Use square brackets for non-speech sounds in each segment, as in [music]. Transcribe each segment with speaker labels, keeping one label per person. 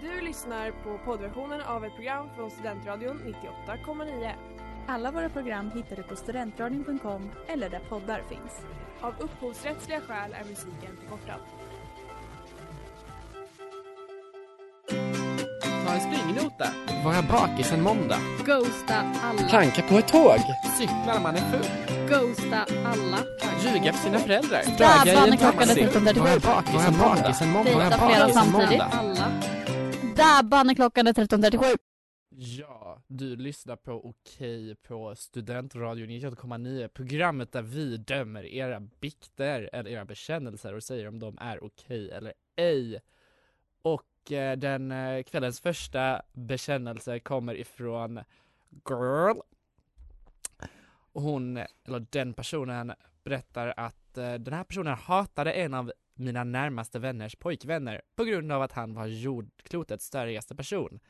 Speaker 1: Du lyssnar på poddversionen av ett program från Studentradion 98,9.
Speaker 2: Alla våra program hittar du på studentradion.com eller där poddar finns.
Speaker 1: Av upphovsrättsliga skäl är musiken förkortad.
Speaker 3: Ta en springnota.
Speaker 4: Vara bakis en måndag.
Speaker 5: Ghosta alla.
Speaker 4: Planka på ett tåg.
Speaker 3: Cykla när man är full.
Speaker 5: Ghosta alla.
Speaker 3: Ljuga för sina föräldrar.
Speaker 5: Städa när klockan är
Speaker 3: taxi.
Speaker 5: 13.37.
Speaker 4: Vara
Speaker 3: Alltså,
Speaker 4: bakis en måndag.
Speaker 5: Dejta flera samtidigt. Alla. Dabba när klockan är 13.37.
Speaker 3: Ja, du lyssnar på Okej på Studentradion 98,9. Programmet där vi dömer era bikter eller era bekännelser och säger om de är okej eller ej. Och eh, den eh, kvällens första bekännelse kommer ifrån Girl. Hon, eller den personen, berättar att eh, den här personen hatade en av mina närmaste vänners pojkvänner på grund av att han var jordklotets störigaste person.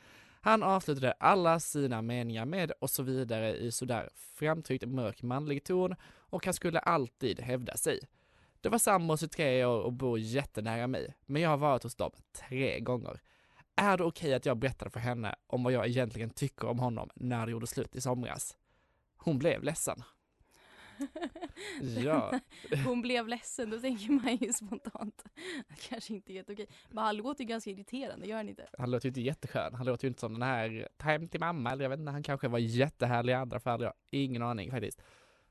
Speaker 3: Han avslutade alla sina meningar med och så vidare i sådär framtryckt mörk manlig ton och han skulle alltid hävda sig. Det var sambos i tre år och bor jättenära mig, men jag har varit hos dem tre gånger. Är det okej att jag berättade för henne om vad jag egentligen tycker om honom när det gjorde slut i somras? Hon blev ledsen. Ja, [laughs]
Speaker 6: Hon blev ledsen, då tänker man ju spontant att kanske inte är helt okej. Men han låter ju ganska irriterande, gör han inte?
Speaker 3: han låter ju inte jätteskön. Han låter ju inte som den här Time till mamma, eller jag vet inte, han kanske var jättehärlig i andra fall. Jag har ingen aning faktiskt.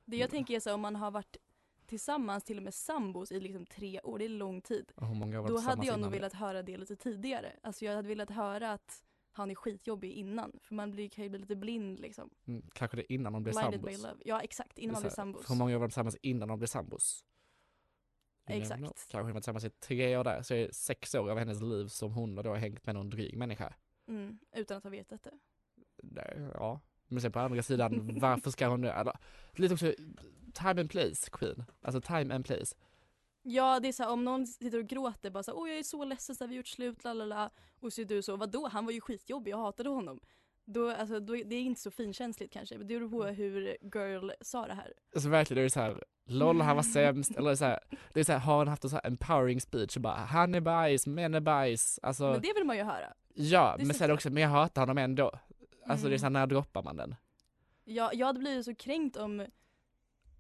Speaker 6: Det
Speaker 3: Mm.
Speaker 6: jag tänker är så här, om man har varit tillsammans, till och med sambos, i liksom tre år, det är lång tid.
Speaker 3: Och hur många var
Speaker 6: Då hade
Speaker 3: tillsammans
Speaker 6: jag nog
Speaker 3: innan det?
Speaker 6: velat höra det lite tidigare. Alltså jag hade velat höra att han är skitjobbig innan. För man blir, kan ju bli lite blind liksom.
Speaker 3: Mm, kanske det innan de blir
Speaker 6: Blinded
Speaker 3: sambos.
Speaker 6: by love. Ja exakt, innan man
Speaker 3: Det
Speaker 6: blir
Speaker 3: är så här,
Speaker 6: sambos.
Speaker 3: Hur många år var de tillsammans innan de blev sambos? You never
Speaker 6: Exakt.
Speaker 3: know. Kanske de var tillsammans i tre år där, så är det sex år av hennes liv som hon har då hängt med någon dryg människa.
Speaker 6: Mm, utan att ha vetat det.
Speaker 3: Där, Ja. Men sen på andra
Speaker 6: [laughs]
Speaker 3: sidan, varför ska hon det? Alltså, lite också, time and place, Queen. Alltså time and place.
Speaker 6: Ja det är såhär om någon sitter och gråter bara såhär åh jag är så ledsen så här, vi har gjort slut lalala och så är du så vadå han var ju skitjobbig jag hatade honom. Då, alltså, då, det är inte så finkänsligt kanske men det beror på
Speaker 3: Mm.
Speaker 6: hur girl sa det här.
Speaker 3: Alltså verkligen, det är så här, LOL han var sämst, eller så här, det är så här, har han haft en så här empowering speech och bara, han är bajs, män är bajs. Alltså,
Speaker 6: Men det vill man ju höra.
Speaker 3: ja,
Speaker 6: det är
Speaker 3: men
Speaker 6: så
Speaker 3: sen
Speaker 6: klart.
Speaker 3: också, men jag hatar honom ändå. Alltså det är
Speaker 6: Mm.
Speaker 3: så här, när droppar man den?
Speaker 6: Jag, jag hade blivit så kränkt om,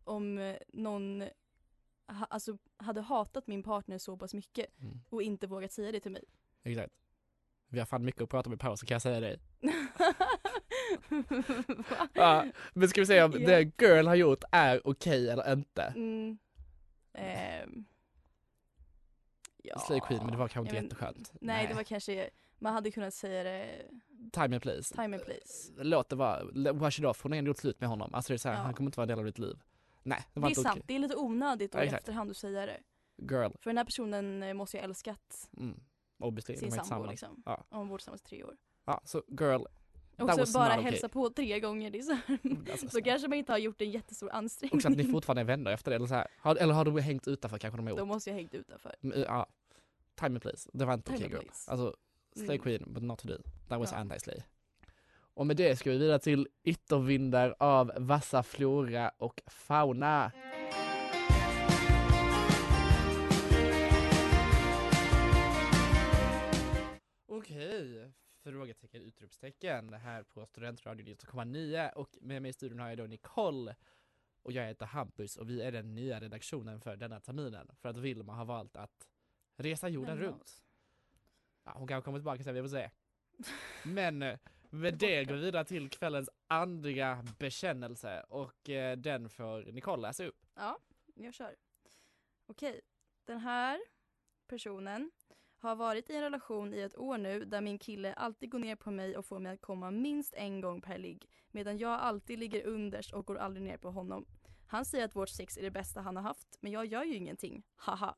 Speaker 6: om eh, någon ha, alltså, hade hatat min partner så pass mycket
Speaker 3: Mm.
Speaker 6: och inte vågat säga det till mig. [laughs]
Speaker 3: Exakt. Vi har fan mycket att prata om i pausen kan jag säga dig.
Speaker 6: Va?
Speaker 3: Ja, men ska vi se om
Speaker 6: Ja.
Speaker 3: det girl har gjort är okej eller inte?
Speaker 6: Mm. Ehm. Ja.
Speaker 3: Slay Queen, men det var kanske
Speaker 6: Ja,
Speaker 3: inte
Speaker 6: men-
Speaker 3: jätteskönt.
Speaker 6: Nej, det var kanske, man hade kunnat säga det,
Speaker 3: Time and place.
Speaker 6: time and place.
Speaker 3: Låt det vara, L- wash it off, hon har ändå gjort slut med honom. Alltså det är så här,
Speaker 6: Ja.
Speaker 3: han kommer inte vara en del av ditt liv. Nej, det
Speaker 6: Det
Speaker 3: var
Speaker 6: är
Speaker 3: inte
Speaker 6: sant,
Speaker 3: okej.
Speaker 6: det är lite onödigt då
Speaker 3: Ja,
Speaker 6: i
Speaker 3: exakt.
Speaker 6: efterhand att säga det.
Speaker 3: Girl,
Speaker 6: För den här personen eh, måste ju ha älskat
Speaker 3: mm. obviously, de
Speaker 6: sin
Speaker 3: var
Speaker 6: sambo
Speaker 3: tillsammans.
Speaker 6: liksom.
Speaker 3: Ja.
Speaker 6: Om de varit tillsammans i tre år.
Speaker 3: Ja, så
Speaker 6: [laughs]
Speaker 3: girl,
Speaker 6: Och
Speaker 3: That
Speaker 6: så
Speaker 3: was
Speaker 6: bara
Speaker 3: not okay.
Speaker 6: hälsa på tre gånger, det är så, här.
Speaker 3: alltså,
Speaker 6: så kanske man inte har gjort en jättestor ansträngning.
Speaker 3: också att ni fortfarande är vänner efter det. Eller, så här, har, eller har de hängt utanför kanske de har gjort.
Speaker 6: Då måste jag hängt utanför.
Speaker 3: Mm, Ja, time and place. Det var inte
Speaker 6: Time
Speaker 3: okej
Speaker 6: and
Speaker 3: girl.
Speaker 6: place.
Speaker 3: Alltså, slay
Speaker 6: Mm.
Speaker 3: queen but not today. That was
Speaker 6: Ja.
Speaker 3: anti-slay. Och med det ska vi vidare till yttervindar av vassa flora och fauna. Okej, frågetecken, utropstecken här på Studentradion 9,9 och med mig i studion har jag då Nicole och jag heter Hampus och vi är den nya redaktionen för denna terminen för att Vilma har valt att resa jorden
Speaker 6: Lämna
Speaker 3: runt. Ja, hon kanske kommer tillbaka sen, vi får [laughs] se. Men eh, med det går vi vidare till kvällens andra bekännelse och eh, den får Nicole läsa upp.
Speaker 6: Ja, jag kör. Okej, den här personen har varit i en relation i ett år nu där min kille alltid går ner på mig och får mig att komma minst en gång per ligg medan jag alltid ligger underst och går aldrig ner på honom. Han säger att vårt sex är det bästa han har haft men jag gör ju ingenting. Haha.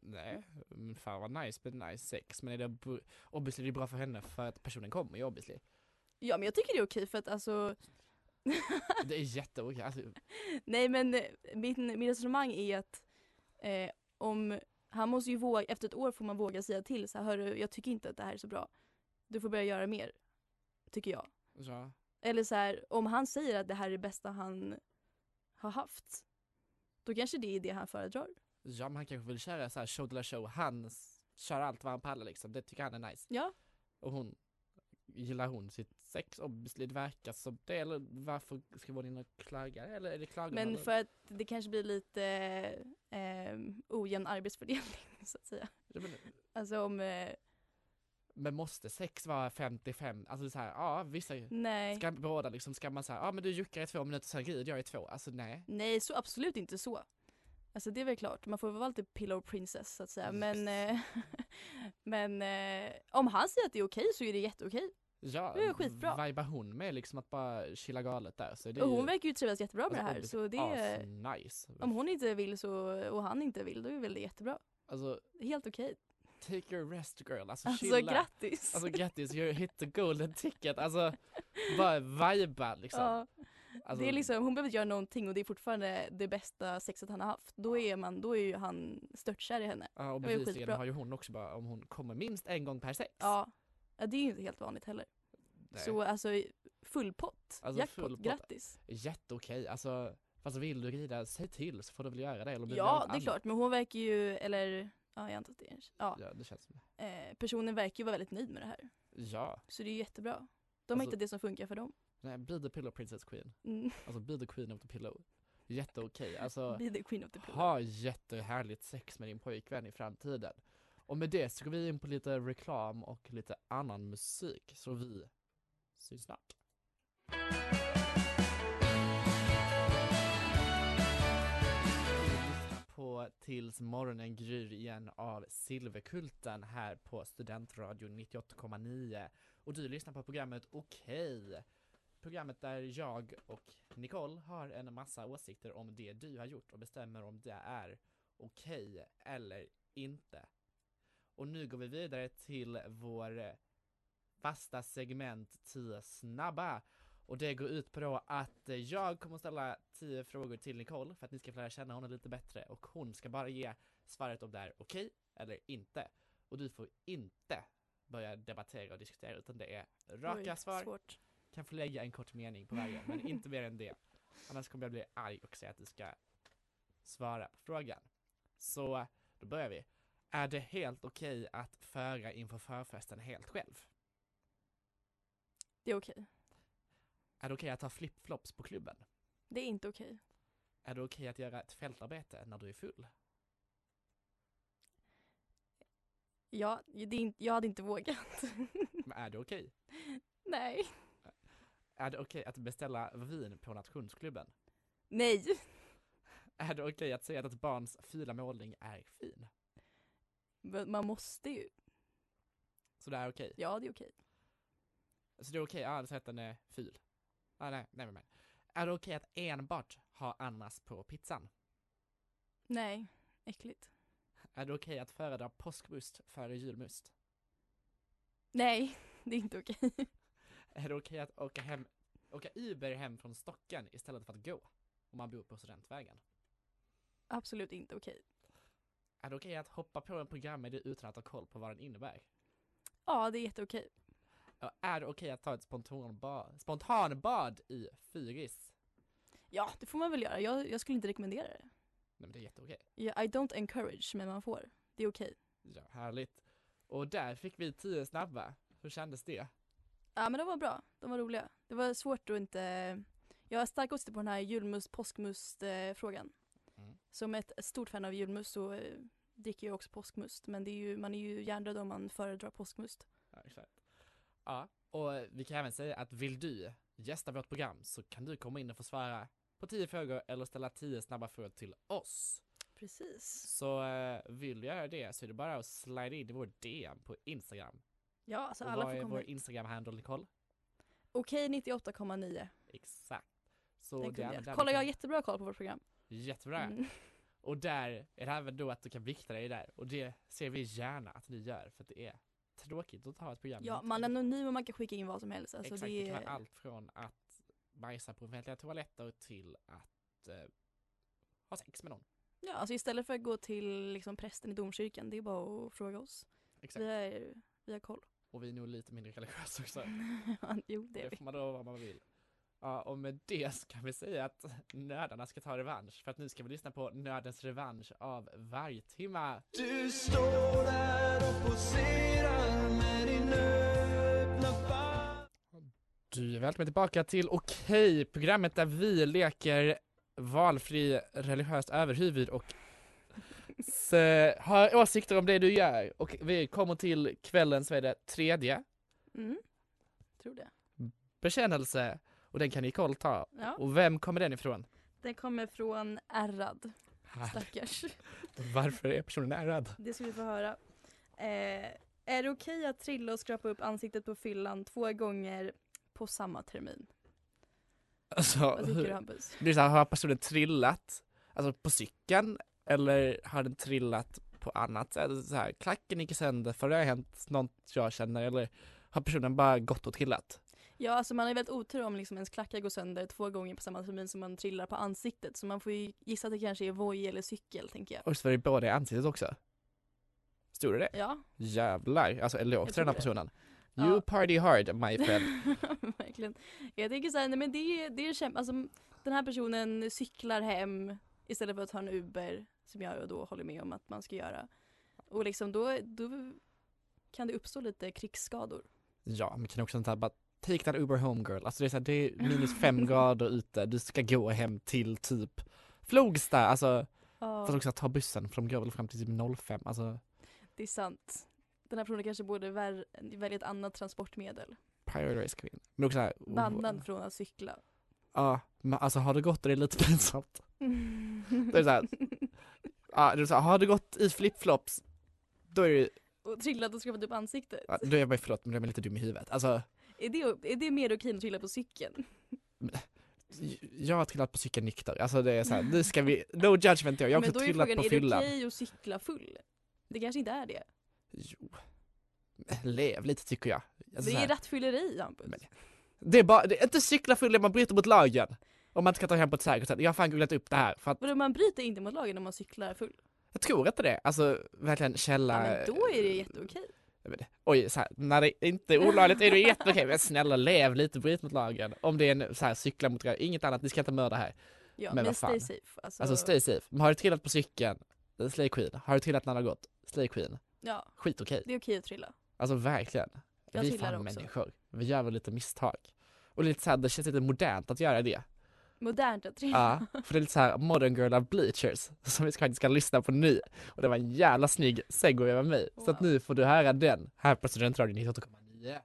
Speaker 3: Nej, men Mm, fan vad nice med nice sex. Men är det bu- obviously det är bra för henne för att personen kommer ju [laughs] obviously.
Speaker 6: Ja men jag tycker det är okej för att alltså
Speaker 3: Det är jätteokej. Alltså,
Speaker 6: Nej men eh, min, min resonemang är att eh, om han måste ju våga, efter ett år får man våga säga till så här, hörru jag tycker inte att det här är så bra. Du får börja göra mer. Tycker jag.
Speaker 3: ja.
Speaker 6: Eller så här, om han säger att det här är det bästa han har haft. Då kanske det är det han föredrar.
Speaker 3: ja, men han kanske vill köra så här show de la show, hans kör allt vad han pallar liksom. Det tycker han är nice.
Speaker 6: Ja.
Speaker 3: Och hon, gillar hon sitt sex? Obviously, det verkar som det. Eller varför ska vara in och klaga? Eller är det klagan?
Speaker 6: Men
Speaker 3: eller?
Speaker 6: för att det kanske blir lite eh, ojämn arbetsfördelning [laughs] så att säga.
Speaker 3: Ja, men-
Speaker 6: Alltså om, eh,
Speaker 3: Men måste sex vara 55? Alltså så här, ja vissa
Speaker 6: nej.
Speaker 3: ska båda liksom, ska man säga, ja men du juckar i två minuter, sen rider jag i två. Alltså nej.
Speaker 6: Nej, så absolut inte så. Alltså det är väl klart, man får vara lite pillow princess så att säga. Men, eh, [laughs] men eh, om han säger att det är okej så är det jätteokej.
Speaker 3: Ja,
Speaker 6: Det är skitbra.
Speaker 3: vibar hon med liksom att bara chilla galet där så det är
Speaker 6: Och hon
Speaker 3: ju
Speaker 6: verkar ju trivas jättebra med det här.
Speaker 3: Alltså,
Speaker 6: Så det är,
Speaker 3: asnice.
Speaker 6: om hon inte vill så, och han inte vill, då är väl det jättebra.
Speaker 3: Alltså,
Speaker 6: Helt okej.
Speaker 3: take your rest girl, alltså,
Speaker 6: Alltså
Speaker 3: chilla.
Speaker 6: grattis!
Speaker 3: Alltså grattis, you hit the golden ticket. Alltså bara viba liksom.
Speaker 6: ja,
Speaker 3: alltså,
Speaker 6: det är liksom, hon behöver inte göra någonting och det är fortfarande det bästa sexet han har haft. Då är, man, då är ju han störtkär i henne.
Speaker 3: ja, och
Speaker 6: det var ju
Speaker 3: bevisligen
Speaker 6: skitbra.
Speaker 3: har ju hon också bara, om hon kommer minst en gång per sex.
Speaker 6: Ja. ja, det är ju inte helt vanligt heller.
Speaker 3: Nej.
Speaker 6: Så alltså full pott,
Speaker 3: Alltså,
Speaker 6: jackpot,
Speaker 3: full pott.
Speaker 6: grattis!
Speaker 3: Jätteokej, alltså fast vill du rida, säg till så får du väl göra det. Eller om du vill göra
Speaker 6: Ja,
Speaker 3: något
Speaker 6: det är
Speaker 3: annat.
Speaker 6: klart. Men hon verkar ju, eller ja, jag antar att det är ja,
Speaker 3: Ja, det känns som det.
Speaker 6: eh, Personen verkar ju vara väldigt nöjd med det här.
Speaker 3: Ja,
Speaker 6: Så det är ju jättebra. De har
Speaker 3: Alltså-
Speaker 6: hittat det som funkar för dem.
Speaker 3: nej, be the pillow princess queen.
Speaker 6: Mm.
Speaker 3: Alltså be the queen of the pillow. Jätteokej,
Speaker 6: [laughs]
Speaker 3: alltså
Speaker 6: Be the queen of the pillow.
Speaker 3: ha jättehärligt sex med din pojkvän i framtiden. Och med det så går vi in på lite reklam och lite annan musik, så vi syns snart. lyssnar på Tills morgonen gryr igen av Silverkulten här på Studentradion 98,9 och du lyssnar på programmet Okej. Programmet där jag och Nicole har en massa åsikter om det du har gjort och bestämmer om det är okej eller inte. Och nu går vi vidare till vår eh, fasta segment 10 snabba och det går ut på då att eh, jag kommer att ställa 10 frågor till Nicole för att ni ska få lära känna honom lite bättre och hon ska bara ge svaret om det är okej eller inte. Och du får inte börja debattera och diskutera utan det är raka
Speaker 6: Oj,
Speaker 3: svar
Speaker 6: Svårt.
Speaker 3: kan få lägga en kort mening på varje, men inte mer än det. Annars kommer jag bli arg och säga att du ska svara på frågan. Så då börjar vi. Är det helt okej att föra inför förfesten helt själv?
Speaker 6: Det är okej.
Speaker 3: Är det okej att ha flipflops på klubben?
Speaker 6: Det är inte okej.
Speaker 3: Är det okej att göra ett fältarbete när du är full?
Speaker 6: Ja, det är inte, jag hade inte vågat. [laughs]
Speaker 3: Men är det okej?
Speaker 6: Nej.
Speaker 3: Är det okej att beställa vin på nationsklubben?
Speaker 6: Nej.
Speaker 3: Är det okej att säga att ett barns fula målning är fin?
Speaker 6: Men Man måste ju.
Speaker 3: Så det är okej?
Speaker 6: Ja, det är okej.
Speaker 3: Så Alltså, det är okej, ja, så att den är ful. Ah, nej, nej, men. Är det okej att enbart ha ananas på pizzan?
Speaker 6: Nej. Äckligt.
Speaker 3: Är det okej att föredra påskmust före julmust?
Speaker 6: Nej, [laughs] det är inte okej.
Speaker 3: Är det okej att åka hem, åka Uber hem från Stocken istället för att gå? Om man bor på Studentvägen.
Speaker 6: Absolut inte okej.
Speaker 3: Är det okej att hoppa på en programidé utan att ha koll på vad den innebär?
Speaker 6: Ja, det är jätteokej.
Speaker 3: Och är det okej att ta ett spontanbad, spontanbad i Fyris?
Speaker 6: Ja, det får man väl göra. Jag, jag skulle inte rekommendera det.
Speaker 3: Nej men det är jätteokej.
Speaker 6: Ja, I don't encourage, men man får. Det är okej.
Speaker 3: Ja, härligt. Och där fick vi tio snabba. Hur kändes det?
Speaker 6: Ja, men de var bra. De var roliga. Det var svårt att inte... Jag har starka åsikter på den här julmust påskmust eh, frågan.
Speaker 3: Mm.
Speaker 6: Som ett stort fan av julmust så eh, dricker jag också påskmust. Men det är ju, man är ju hjärndöd om man föredrar påskmust.
Speaker 3: Ja, exakt. Ja, och vi kan även säga att vill du gästa vårt program så kan du komma in och få svara på 10 frågor eller ställa 10 snabba frågor till oss.
Speaker 6: Precis.
Speaker 3: Så eh, vill du göra det så är det bara att slide in i vår DM på Instagram.
Speaker 6: Ja, alltså
Speaker 3: och
Speaker 6: alla
Speaker 3: vad
Speaker 6: får
Speaker 3: är
Speaker 6: komma
Speaker 3: vår
Speaker 6: hit.
Speaker 3: Instagram-handle Nicole?
Speaker 6: Okej 98,9.
Speaker 3: Exakt. Så
Speaker 6: Den
Speaker 3: det är
Speaker 6: kunde
Speaker 3: där
Speaker 6: jag. Kolla,
Speaker 3: du
Speaker 6: jag
Speaker 3: kan-
Speaker 6: har jättebra koll på vårt program.
Speaker 3: Jättebra.
Speaker 6: Mm.
Speaker 3: Och där är det även då att du kan vikta dig där och det ser vi gärna att ni gör för att det är tråkigt att ha ett program.
Speaker 6: Ja,
Speaker 3: inte-
Speaker 6: man är anonym och man kan skicka in vad som helst. Alltså,
Speaker 3: Exakt, det,
Speaker 6: det
Speaker 3: kan vara
Speaker 6: är...
Speaker 3: allt från att bajsa på offentliga toaletter till att eh, ha sex med någon.
Speaker 6: ja, alltså, istället för att gå till liksom, prästen i domkyrkan, det är bara att fråga oss.
Speaker 3: Exakt.
Speaker 6: Vi har, vi har koll. [laughs]
Speaker 3: Och vi är nog lite mindre religiösa också.
Speaker 6: Ja, jo, det är
Speaker 3: Det
Speaker 6: vi.
Speaker 3: får man då vad man vill. Ja, och med det så kan vi säga att nördarna ska ta revansch för att nu ska vi lyssna på Nördens revansch av Vargtimma.
Speaker 7: Du står där och
Speaker 3: välkommen tillbaka till Okej, programmet där vi leker valfri religiöst överhuvud och s- har åsikter om det du gör. Och vi kommer till kvällens, vad är det, tredje
Speaker 6: Mm. Tror det.
Speaker 3: bekännelse. Och den kan Nicole ta.
Speaker 6: Ja.
Speaker 3: Och vem kommer den ifrån?
Speaker 6: Den kommer från ärrad,
Speaker 3: Ah.
Speaker 6: stackars.
Speaker 3: Varför är personen ärrad?
Speaker 6: Det ska vi få höra. Eh, är det okej att trilla och skrapa upp ansiktet på fyllan två gånger på samma termin?
Speaker 3: Alltså,
Speaker 6: Vad tycker du Hampus?
Speaker 3: Det är så här, har personen trillat alltså på cykeln eller har den trillat på annat sätt? Alltså Så här, klacken gick sönder för det har hänt något jag känner eller har personen bara gått och trillat?
Speaker 6: Ja, alltså man är väldigt otur om liksom ens klackar går sönder två gånger på samma termin som man trillar på ansiktet. Så man får ju gissa att det kanske är voj eller cykel, tänker jag.
Speaker 3: Och så var det båda i ansiktet också. Stod det det?
Speaker 6: Ja.
Speaker 3: Jävlar, alltså en eloge till
Speaker 6: tror
Speaker 3: den här
Speaker 6: det.
Speaker 3: personen.
Speaker 6: Ja.
Speaker 3: You party hard my friend. [laughs]
Speaker 6: [laughs] Verkligen. Jag tänker så här, nej men det är, det är kämpa. Alltså, den här personen cyklar hem istället för att ta en Uber, som jag då håller med om att man ska göra. Och liksom då, då kan det uppstå lite krigsskador.
Speaker 3: Ja, men kan också sånt här bara take that Uber home girl. Alltså det är så här, det är minus
Speaker 6: [laughs]
Speaker 3: fem grader ute, du ska gå hem till typ Flogsta, alltså.
Speaker 6: Ja,
Speaker 3: Fast också att ta bussen för de går väl fram till typ 05, alltså
Speaker 6: det är sant. Den här personen kanske borde vär- välja ett annat transportmedel.
Speaker 3: Paradise Queen. Men också så här,
Speaker 6: Bannad från att cykla.
Speaker 3: Ja, men alltså har det gått och det är lite pinsamt. Det är så här,
Speaker 6: [laughs]
Speaker 3: ja, det är så här, har det gått i flipflops, då är det
Speaker 6: och trillat och skrapat upp typ ansiktet.
Speaker 3: ja, då är jag bara förlåt men jag är lite dum i huvudet. Alltså,
Speaker 6: Är, det, är det mer okej än att trilla på cykeln?
Speaker 3: jag har trillat på cykeln nykter. Alltså det är så här, nu ska vi, no judgment jag, jag har
Speaker 6: Men
Speaker 3: också
Speaker 6: då är
Speaker 3: trillat
Speaker 6: frågan,
Speaker 3: på
Speaker 6: är det
Speaker 3: fyllan.
Speaker 6: okej att cykla full? Det kanske inte är det.
Speaker 3: Jo. Lev lite tycker jag. Alltså,
Speaker 6: det
Speaker 3: så
Speaker 6: är
Speaker 3: här,
Speaker 6: rattfylleri Hampus.
Speaker 3: Men- det är bara, det är inte cykla full, det är man bryter mot lagen. Om man inte kan ta hem på ett säkert sätt. Jag har fan googlat upp det här för att,
Speaker 6: Vadå man bryter inte mot lagen om man cyklar full?
Speaker 3: jag tror inte det. Alltså verkligen
Speaker 6: Ja,
Speaker 3: källa...
Speaker 6: men då är det jätteokej.
Speaker 3: Jag vet, oj, så här, när det inte är olagligt är det jätteokej, men snälla lev lite, bryt mot lagen. Om det är en så här, cykla mot inget annat, ni ska inte mörda här.
Speaker 6: Ja,
Speaker 3: Men
Speaker 6: men
Speaker 3: vad
Speaker 6: stay
Speaker 3: fan.
Speaker 6: safe. Alltså,
Speaker 3: Alltså stay safe. Men har du trillat på cykeln, slay queen. Har du trillat när det har gått, slay queen.
Speaker 6: Ja,
Speaker 3: Skitokej.
Speaker 6: det är okej att trilla.
Speaker 3: Alltså verkligen.
Speaker 6: Jag
Speaker 3: vi är
Speaker 6: trillar
Speaker 3: fan
Speaker 6: också.
Speaker 3: människor. Vi gör väl lite misstag. Och det, är lite så här, det känns lite modernt att göra
Speaker 6: [laughs]
Speaker 3: det.
Speaker 6: Modernt att trilla.
Speaker 3: Ja, för det är lite så här modern girl of bleachers som vi faktiskt ska lyssna på nu. Och det var en jävla snygg segway med mig. Så att
Speaker 6: Wow.
Speaker 3: nu får du höra den här på Studentradion 98,9.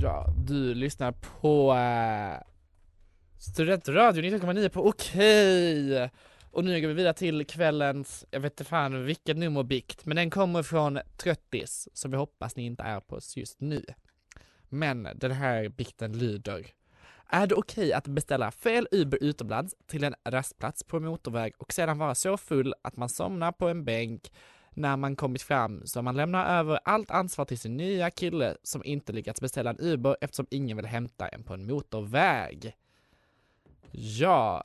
Speaker 3: Ja, du lyssnar på eh, Studentradion 19,9 på Okej! Och nu går vi vidare till kvällens, jag vet inte fan vilket nummerbikt, men den kommer från Tröttis, som vi hoppas ni inte är på oss just nu. Men den här bikten lyder. Är det okej att beställa fel Uber utomlands till en rastplats på en motorväg och sedan vara så full att man somnar på en bänk när man kommit fram så man lämnar över allt ansvar till sin nya kille som inte lyckats beställa en Uber eftersom ingen vill hämta en på en motorväg? Ja,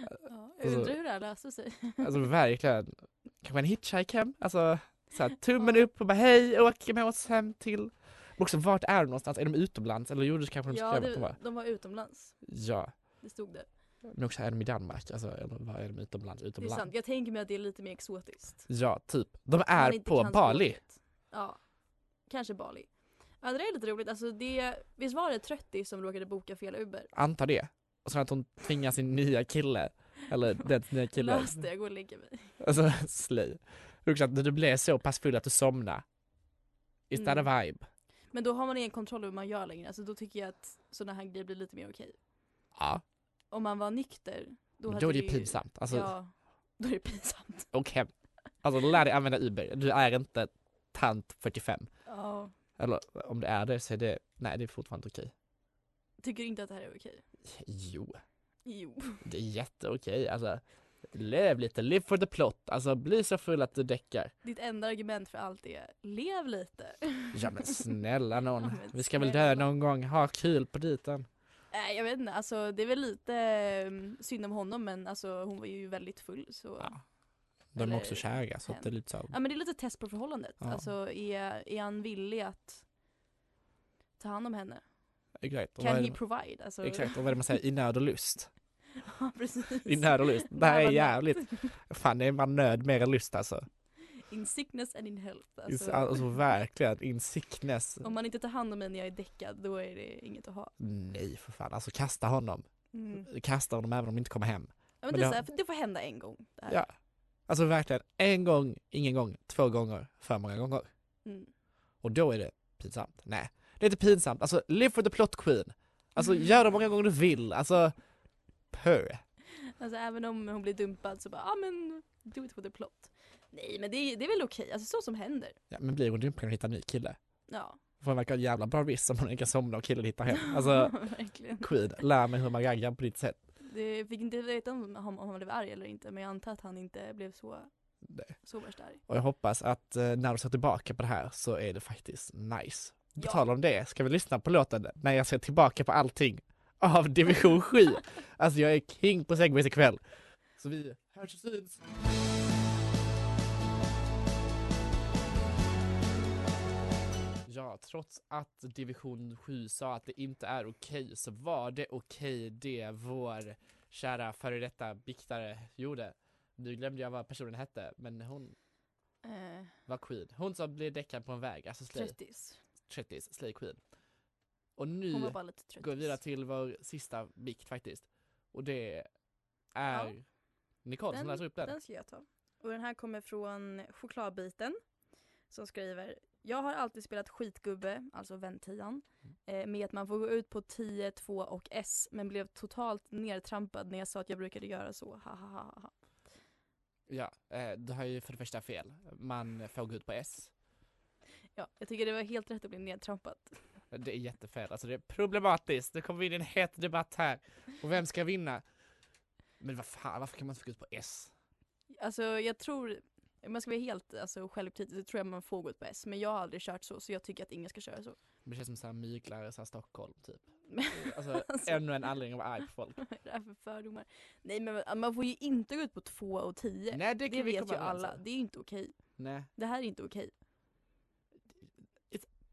Speaker 6: Ja, jag undrar
Speaker 3: Alltså-
Speaker 6: hur det här löser sig.
Speaker 3: Alltså verkligen. Kanske en hitchhike hem, alltså så här, tummen upp och bara hej, åk med oss hem till. Men också vart är de någonstans? Är de utomlands eller gjorde kanske de
Speaker 6: Ja,
Speaker 3: skrev att
Speaker 6: det,
Speaker 3: de var?
Speaker 6: de var utomlands.
Speaker 3: Ja,
Speaker 6: Det stod där.
Speaker 3: men också är de i Danmark? Alltså, eller var är de utomlands?
Speaker 6: Det är sant.
Speaker 3: Utomlands?
Speaker 6: Jag tänker mig att det är lite mer exotiskt.
Speaker 3: Ja, typ. De
Speaker 6: man
Speaker 3: är
Speaker 6: inte
Speaker 3: på
Speaker 6: kan
Speaker 3: Bali.
Speaker 6: språket. Ja, kanske Bali. Ja, det där är lite roligt. Alltså det, visst var det 30 som råkade boka fel Uber?
Speaker 3: Anta det. Och sen att hon tvingar sin nya kille,
Speaker 6: [laughs]
Speaker 3: eller den nya killen.
Speaker 6: Lös det, jag går och lägger mig.
Speaker 3: Alltså slay. Och också att du blev så pass full att du somnade. Is that
Speaker 6: Mm.
Speaker 3: a vibe?
Speaker 6: Men då har man ingen kontroll över vad man gör längre. Alltså då tycker jag att sådana här grejer blir lite mer okej.
Speaker 3: Ja,
Speaker 6: Om man var nykter,
Speaker 3: då,
Speaker 6: då hade
Speaker 3: då är det
Speaker 6: du
Speaker 3: ju pinsamt. Alltså,
Speaker 6: Ja, då är det pinsamt.
Speaker 3: åk hem. Alltså lär dig använda Uber. Du är inte tant 45.
Speaker 6: Ja,
Speaker 3: Eller om det är det så är det, nej det är fortfarande inte okej.
Speaker 6: tycker inte att det här är okej.
Speaker 3: Jo,
Speaker 6: Jo.
Speaker 3: det är jätteokej. Alltså, lev lite, live for the plot. Alltså bli så full att du däckar.
Speaker 6: Ditt enda argument för allt är lev lite.
Speaker 3: Ja men snälla
Speaker 6: [laughs] Ja,
Speaker 3: någon.
Speaker 6: men
Speaker 3: Vi ska väl dö
Speaker 6: snälla.
Speaker 3: någon gång, ha kul på diten.
Speaker 6: Nej jag vet inte, alltså det är väl lite eh, synd om honom men alltså hon var ju väldigt full så.
Speaker 3: Ja. De är
Speaker 6: Eller
Speaker 3: också kära så att det är lite så.
Speaker 6: Ja men det är lite test på förhållandet.
Speaker 3: Ja.
Speaker 6: Alltså är, är han villig att ta hand om henne?
Speaker 3: Exakt. Och vad
Speaker 6: Can
Speaker 3: är
Speaker 6: he
Speaker 3: det,
Speaker 6: provide? Alltså,
Speaker 3: exakt, och vad är det man säger? I nöd och lust.
Speaker 6: [laughs] ja, precis.
Speaker 3: I nöd och lust. Det
Speaker 6: När
Speaker 3: här är
Speaker 6: man-
Speaker 3: jävligt. Fan det är man nöd mer än lust alltså.
Speaker 6: [laughs] In sickness and in health.
Speaker 3: Alltså,
Speaker 6: Alltså,
Speaker 3: alltså verkligen, in sickness.
Speaker 6: om man inte tar hand om mig när jag är däckad, då är det inget att ha.
Speaker 3: Nej för fan, alltså kasta honom.
Speaker 6: Mm.
Speaker 3: Kasta honom även om de inte kommer hem.
Speaker 6: Ja, men
Speaker 3: Men
Speaker 6: det,
Speaker 3: det-
Speaker 6: är så här, för det får hända en gång. Det här.
Speaker 3: Ja. Alltså verkligen, en gång, ingen gång, två gånger, för många gånger.
Speaker 6: Mm.
Speaker 3: Och då är det pinsamt. Nej, det är inte pinsamt. Alltså live for the plot queen. Alltså gör det många gånger du vill. Alltså, pö.
Speaker 6: Alltså, även om hon blir dumpad så bara, ja ah, men do it for the plot. Nej men det, är- det är väl okej, alltså så som händer.
Speaker 3: Ja, men blir hon dumpad kan hon hitta en ny kille.
Speaker 6: Ja.
Speaker 3: Får hon verkar ha en jävla bra risk om hon lyckas somna och killen hittar hem. Alltså
Speaker 6: [laughs] Verkligen.
Speaker 3: queen, lär mig hur man raggar på ditt sätt.
Speaker 6: Det fick inte veta om, om han blev arg eller inte men jag antar att han inte blev så,
Speaker 3: Nej.
Speaker 6: så värst arg.
Speaker 3: Och jag hoppas att eh, när du ser tillbaka på det här så är det faktiskt nice. På
Speaker 6: Ja.
Speaker 3: tal om det, ska vi lyssna på låten När jag ser tillbaka på allting av Division 7? alltså jag är king på segways ikväll. Så vi hörs och syns! Ja, trots att Division 7 sa att det inte är okej så var det okej det vår kära före detta biktare gjorde. Nu glömde jag vad personen hette, men hon
Speaker 6: Eh,
Speaker 3: var Queen. Hon som blev däckad på en väg, alltså Slay
Speaker 6: 30s.
Speaker 3: 30 Slay Queen. Och
Speaker 6: Hon var
Speaker 3: nu
Speaker 6: bara lite trött.
Speaker 3: går vi vidare till vår sista bikt faktiskt. Och det är Nicole som läser upp den.
Speaker 6: Den ska jag ta. Och den här kommer från chokladbiten som skriver Jag har alltid spelat skitgubbe, alltså ventian, eh, med att man får gå ut på 10, 2 och S men blev totalt nertrampad när jag sa att jag brukade göra så. Ha, ha, ha, ha, ha.
Speaker 3: Ja, eh, du har ju för det första fel. Man får gå ut på S.
Speaker 6: Ja, jag tycker det var helt rätt att bli nedtrampad.
Speaker 3: Det är jättefel, alltså det är problematiskt. Nu kommer vi in i en het debatt här. Och vem ska vinna? Men vad fan, varför kan man inte få gå ut på S?
Speaker 6: Alltså jag tror, om jag ska vara helt alltså, självkritisk så tror jag man får gå ut på S men jag har aldrig kört så så jag tycker att ingen ska köra så. [laughs]
Speaker 3: Det känns som såhär myglare, såhär Stockholm typ. Alltså ännu en anledning att vara arg på folk.
Speaker 6: Vad är det här för fördomar? Nej men man får ju inte gå ut på 2 och 10.
Speaker 3: Nej det, kan
Speaker 6: Det
Speaker 3: vi
Speaker 6: vet
Speaker 3: komma
Speaker 6: ju
Speaker 3: överens
Speaker 6: alla,
Speaker 3: om.
Speaker 6: det är ju inte okej.
Speaker 3: Nej.
Speaker 6: Det här är inte okej.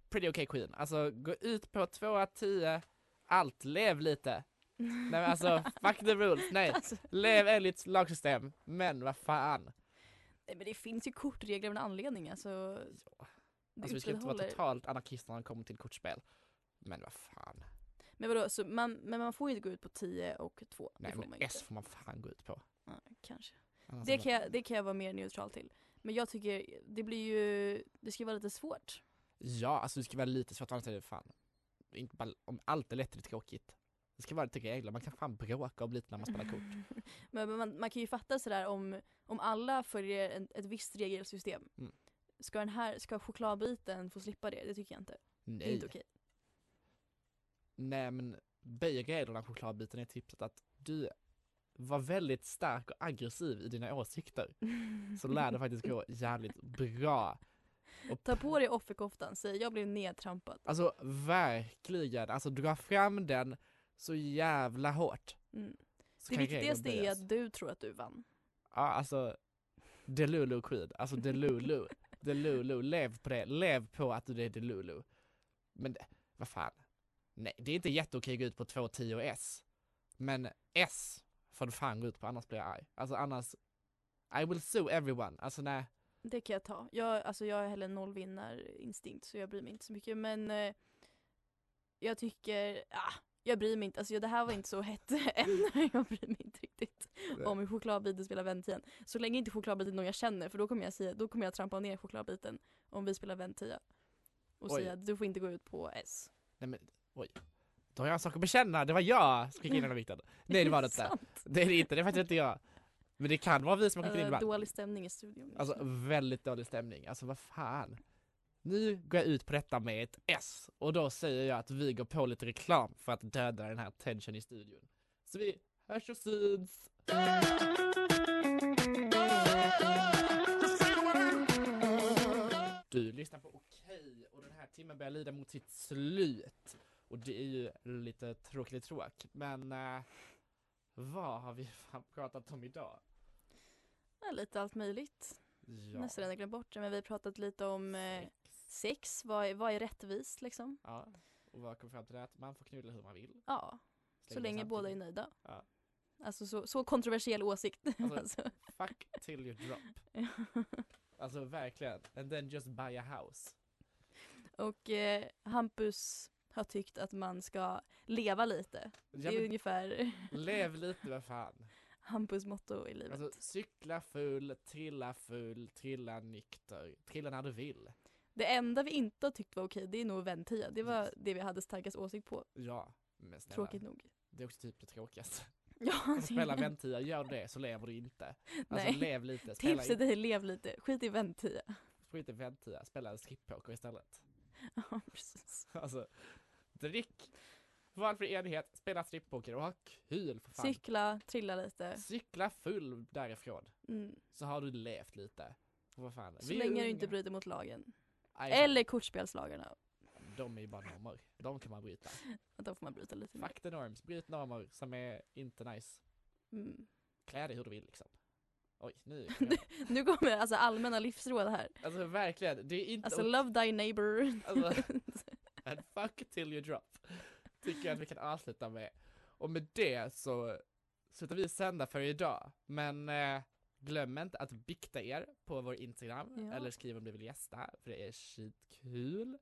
Speaker 3: Pretty Okay Queen. Alltså gå ut på 2 10, allt, lev lite. Nej men alltså
Speaker 6: [laughs]
Speaker 3: fuck the rules, nej. [laughs]
Speaker 6: Alltså,
Speaker 3: Lev enligt lagsystem, men vad fan.
Speaker 6: nej men det finns ju kortregler av en anledning. Alltså, det
Speaker 3: Alltså vi ska inte vara
Speaker 6: upprätthåller-
Speaker 3: totalt anarkister när det kommer till kortspel. Men vad fan.
Speaker 6: Men vadå, så man, men man får ju inte gå ut på 10 och 2.
Speaker 3: Nej
Speaker 6: det får
Speaker 3: men
Speaker 6: man ju
Speaker 3: S
Speaker 6: inte.
Speaker 3: får man fan gå ut på. Alltså,
Speaker 6: Ja, kanske.
Speaker 3: Annars
Speaker 6: Det
Speaker 3: är
Speaker 6: kan, jag, det kan jag vara mer neutral till. Men jag tycker det blir ju, det ska vara lite svårt.
Speaker 3: Ja, alltså det ska vara lite svårt, annars är det fan. det är Inte bara, om allt är lätt är det tråkigt. Det ska vara lite regler, man kan fan bråka om lite när man spelar kort.
Speaker 6: [laughs] Men men man, man kan ju fatta sådär om, om alla följer en, ett visst regelsystem.
Speaker 3: Mm.
Speaker 6: Ska den här, ska chokladbiten få slippa det? Det tycker jag inte. Det är
Speaker 3: Nej,
Speaker 6: inte okej.
Speaker 3: nej men böj reglerna på chokladbiten är tipset att du var väldigt stark och aggressiv i dina åsikter. så lär det faktiskt gå jävligt bra.
Speaker 6: Ta på dig offerkoftan, säg jag blev nedtrampad.
Speaker 3: Alltså verkligen, alltså dra fram den så jävla hårt.
Speaker 6: Mm.
Speaker 3: Så
Speaker 6: Det
Speaker 3: kan grejer
Speaker 6: viktigaste är
Speaker 3: böjas.
Speaker 6: att du tror att du vann.
Speaker 3: Ja alltså, Delulu Creed, alltså Delulu. Delulu, lev på det, lev på att du är Delulu. Men det- vad fan. Nej, det är inte jätteokej att gå ut på 2.10 och S. Men S får du fan gå ut på, annars blir jag arg. Alltså annars, I will sue everyone. Alltså nej,
Speaker 6: Det kan jag ta. Jag, alltså jag har heller noll vinnarinstinkt så jag bryr mig inte så mycket. Men eh, jag tycker, ah, jag bryr mig inte. Alltså, det här var inte så hett [laughs] än. Jag bryr mig inte riktigt
Speaker 3: Nej.
Speaker 6: om hur chokladbiten spelar vändtiden. Så länge inte chokladbiten är någon jag känner för då kommer jag, säga, då kommer jag trampa ner chokladbiten om vi spelar vändtia. Och
Speaker 3: Oj.
Speaker 6: säga att du får inte gå ut på S.
Speaker 3: nej men oj. Då har jag en sak att bekänna, det var jag som skickade in den här vikten. Nej
Speaker 6: [laughs]
Speaker 3: det var det inte.
Speaker 6: Sant.
Speaker 3: Det är det inte, det är faktiskt inte jag. Men det kan vara vi som har skickat in
Speaker 6: Eh,
Speaker 3: ibland.
Speaker 6: dålig stämning i studion. liksom. just
Speaker 3: Alltså
Speaker 6: nu.
Speaker 3: väldigt dålig stämning, alltså vad fan. Nu går jag ut på detta med ett S och då säger jag att vi går på lite reklam för att döda den här tension i studion. Så vi hörs och syns! Du lyssnar på Okej och den här timmen börjar lida mot sitt slut. Och det är ju lite tråkigt tråk, men eh, vad har vi [laughs] fan pratat om idag?
Speaker 6: Ja, lite allt möjligt.
Speaker 3: Ja.
Speaker 6: Nästan redan glömt bort det. Men vi har pratat lite om eh, sex. Vad är, vad är rättvist liksom?
Speaker 3: Ja, och vad kom fram till det? Att man får knulla hur man vill.
Speaker 6: Ja, så länge
Speaker 3: samtycke.
Speaker 6: båda är nöjda.
Speaker 3: Ja.
Speaker 6: Alltså så, så kontroversiell åsikt. [laughs]
Speaker 3: Alltså-
Speaker 6: Alltså. [laughs]
Speaker 3: Fuck till you drop. Alltså verkligen. And then just buy a house.
Speaker 6: Och eh, Hampus har tyckt att man ska leva lite. Det
Speaker 3: Ja,
Speaker 6: är
Speaker 3: men,
Speaker 6: ungefär [laughs]
Speaker 3: lev lite vad fan.
Speaker 6: Hampus motto i livet.
Speaker 3: Alltså cykla full, trilla full, trilla nykter, trilla när du vill.
Speaker 6: Det enda vi inte har tyckt var okej, det är nog väntia. Det var
Speaker 3: Yes.
Speaker 6: det vi hade starkast åsikt på,
Speaker 3: Ja, men snälla. [laughs]
Speaker 6: tråkigt nog.
Speaker 3: Det är också typ det
Speaker 6: [laughs]
Speaker 3: tråkigaste.
Speaker 6: Ja,
Speaker 3: Att spela Ventia, gör det så lever du inte. Alltså
Speaker 6: Nej.
Speaker 3: lev lite, spela
Speaker 6: Tipset
Speaker 3: in,
Speaker 6: är lev lite, skit i väntia.
Speaker 3: skit i Ventia, spela strippoker istället.
Speaker 6: [laughs] Ja, precis.
Speaker 3: Alltså, drick, valfri enhet, spela strippoker och ha kul för fan.
Speaker 6: Cykla, trilla lite.
Speaker 3: Cykla full därifrån,
Speaker 6: Mm. Så
Speaker 3: så har du levt lite. Och vad fan, vi är
Speaker 6: länge du
Speaker 3: unga.
Speaker 6: inte bryter mot lagen.
Speaker 3: Aj, fan.
Speaker 6: Eller kortspelslagarna.
Speaker 3: De är ju bara normer, de kan man
Speaker 6: [laughs]
Speaker 3: bryta.
Speaker 6: Då får man bryta lite mer.
Speaker 3: Fuck the norms, bryt normer som är inte nice.
Speaker 6: Mm.
Speaker 3: Klä dig hur du vill liksom. Oj,
Speaker 6: [laughs]
Speaker 3: nu kom jag.
Speaker 6: Nu kommer alltså allmänna livsråd här.
Speaker 3: Alltså verkligen, det är inte
Speaker 6: Alltså
Speaker 3: okej.
Speaker 6: love thy neighbor.
Speaker 3: Alltså, [laughs] and fuck till you drop. Tycker jag att vi kan avsluta med. Och med det så slutar vi sända för idag. Men eh, glöm inte att bikta er på vår Instagram
Speaker 6: Ja.
Speaker 3: eller skriv om du vill gästa för det är skitkul.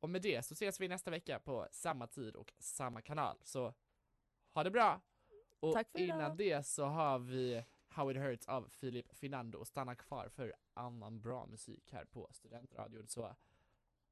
Speaker 3: Och med det så ses vi nästa vecka på samma tid och samma kanal. Så ha det bra! Och
Speaker 6: Tack för idag.
Speaker 3: innan det så har vi How It Hurts av Filip Finando och stanna kvar för annan bra musik här på Studentradion. Så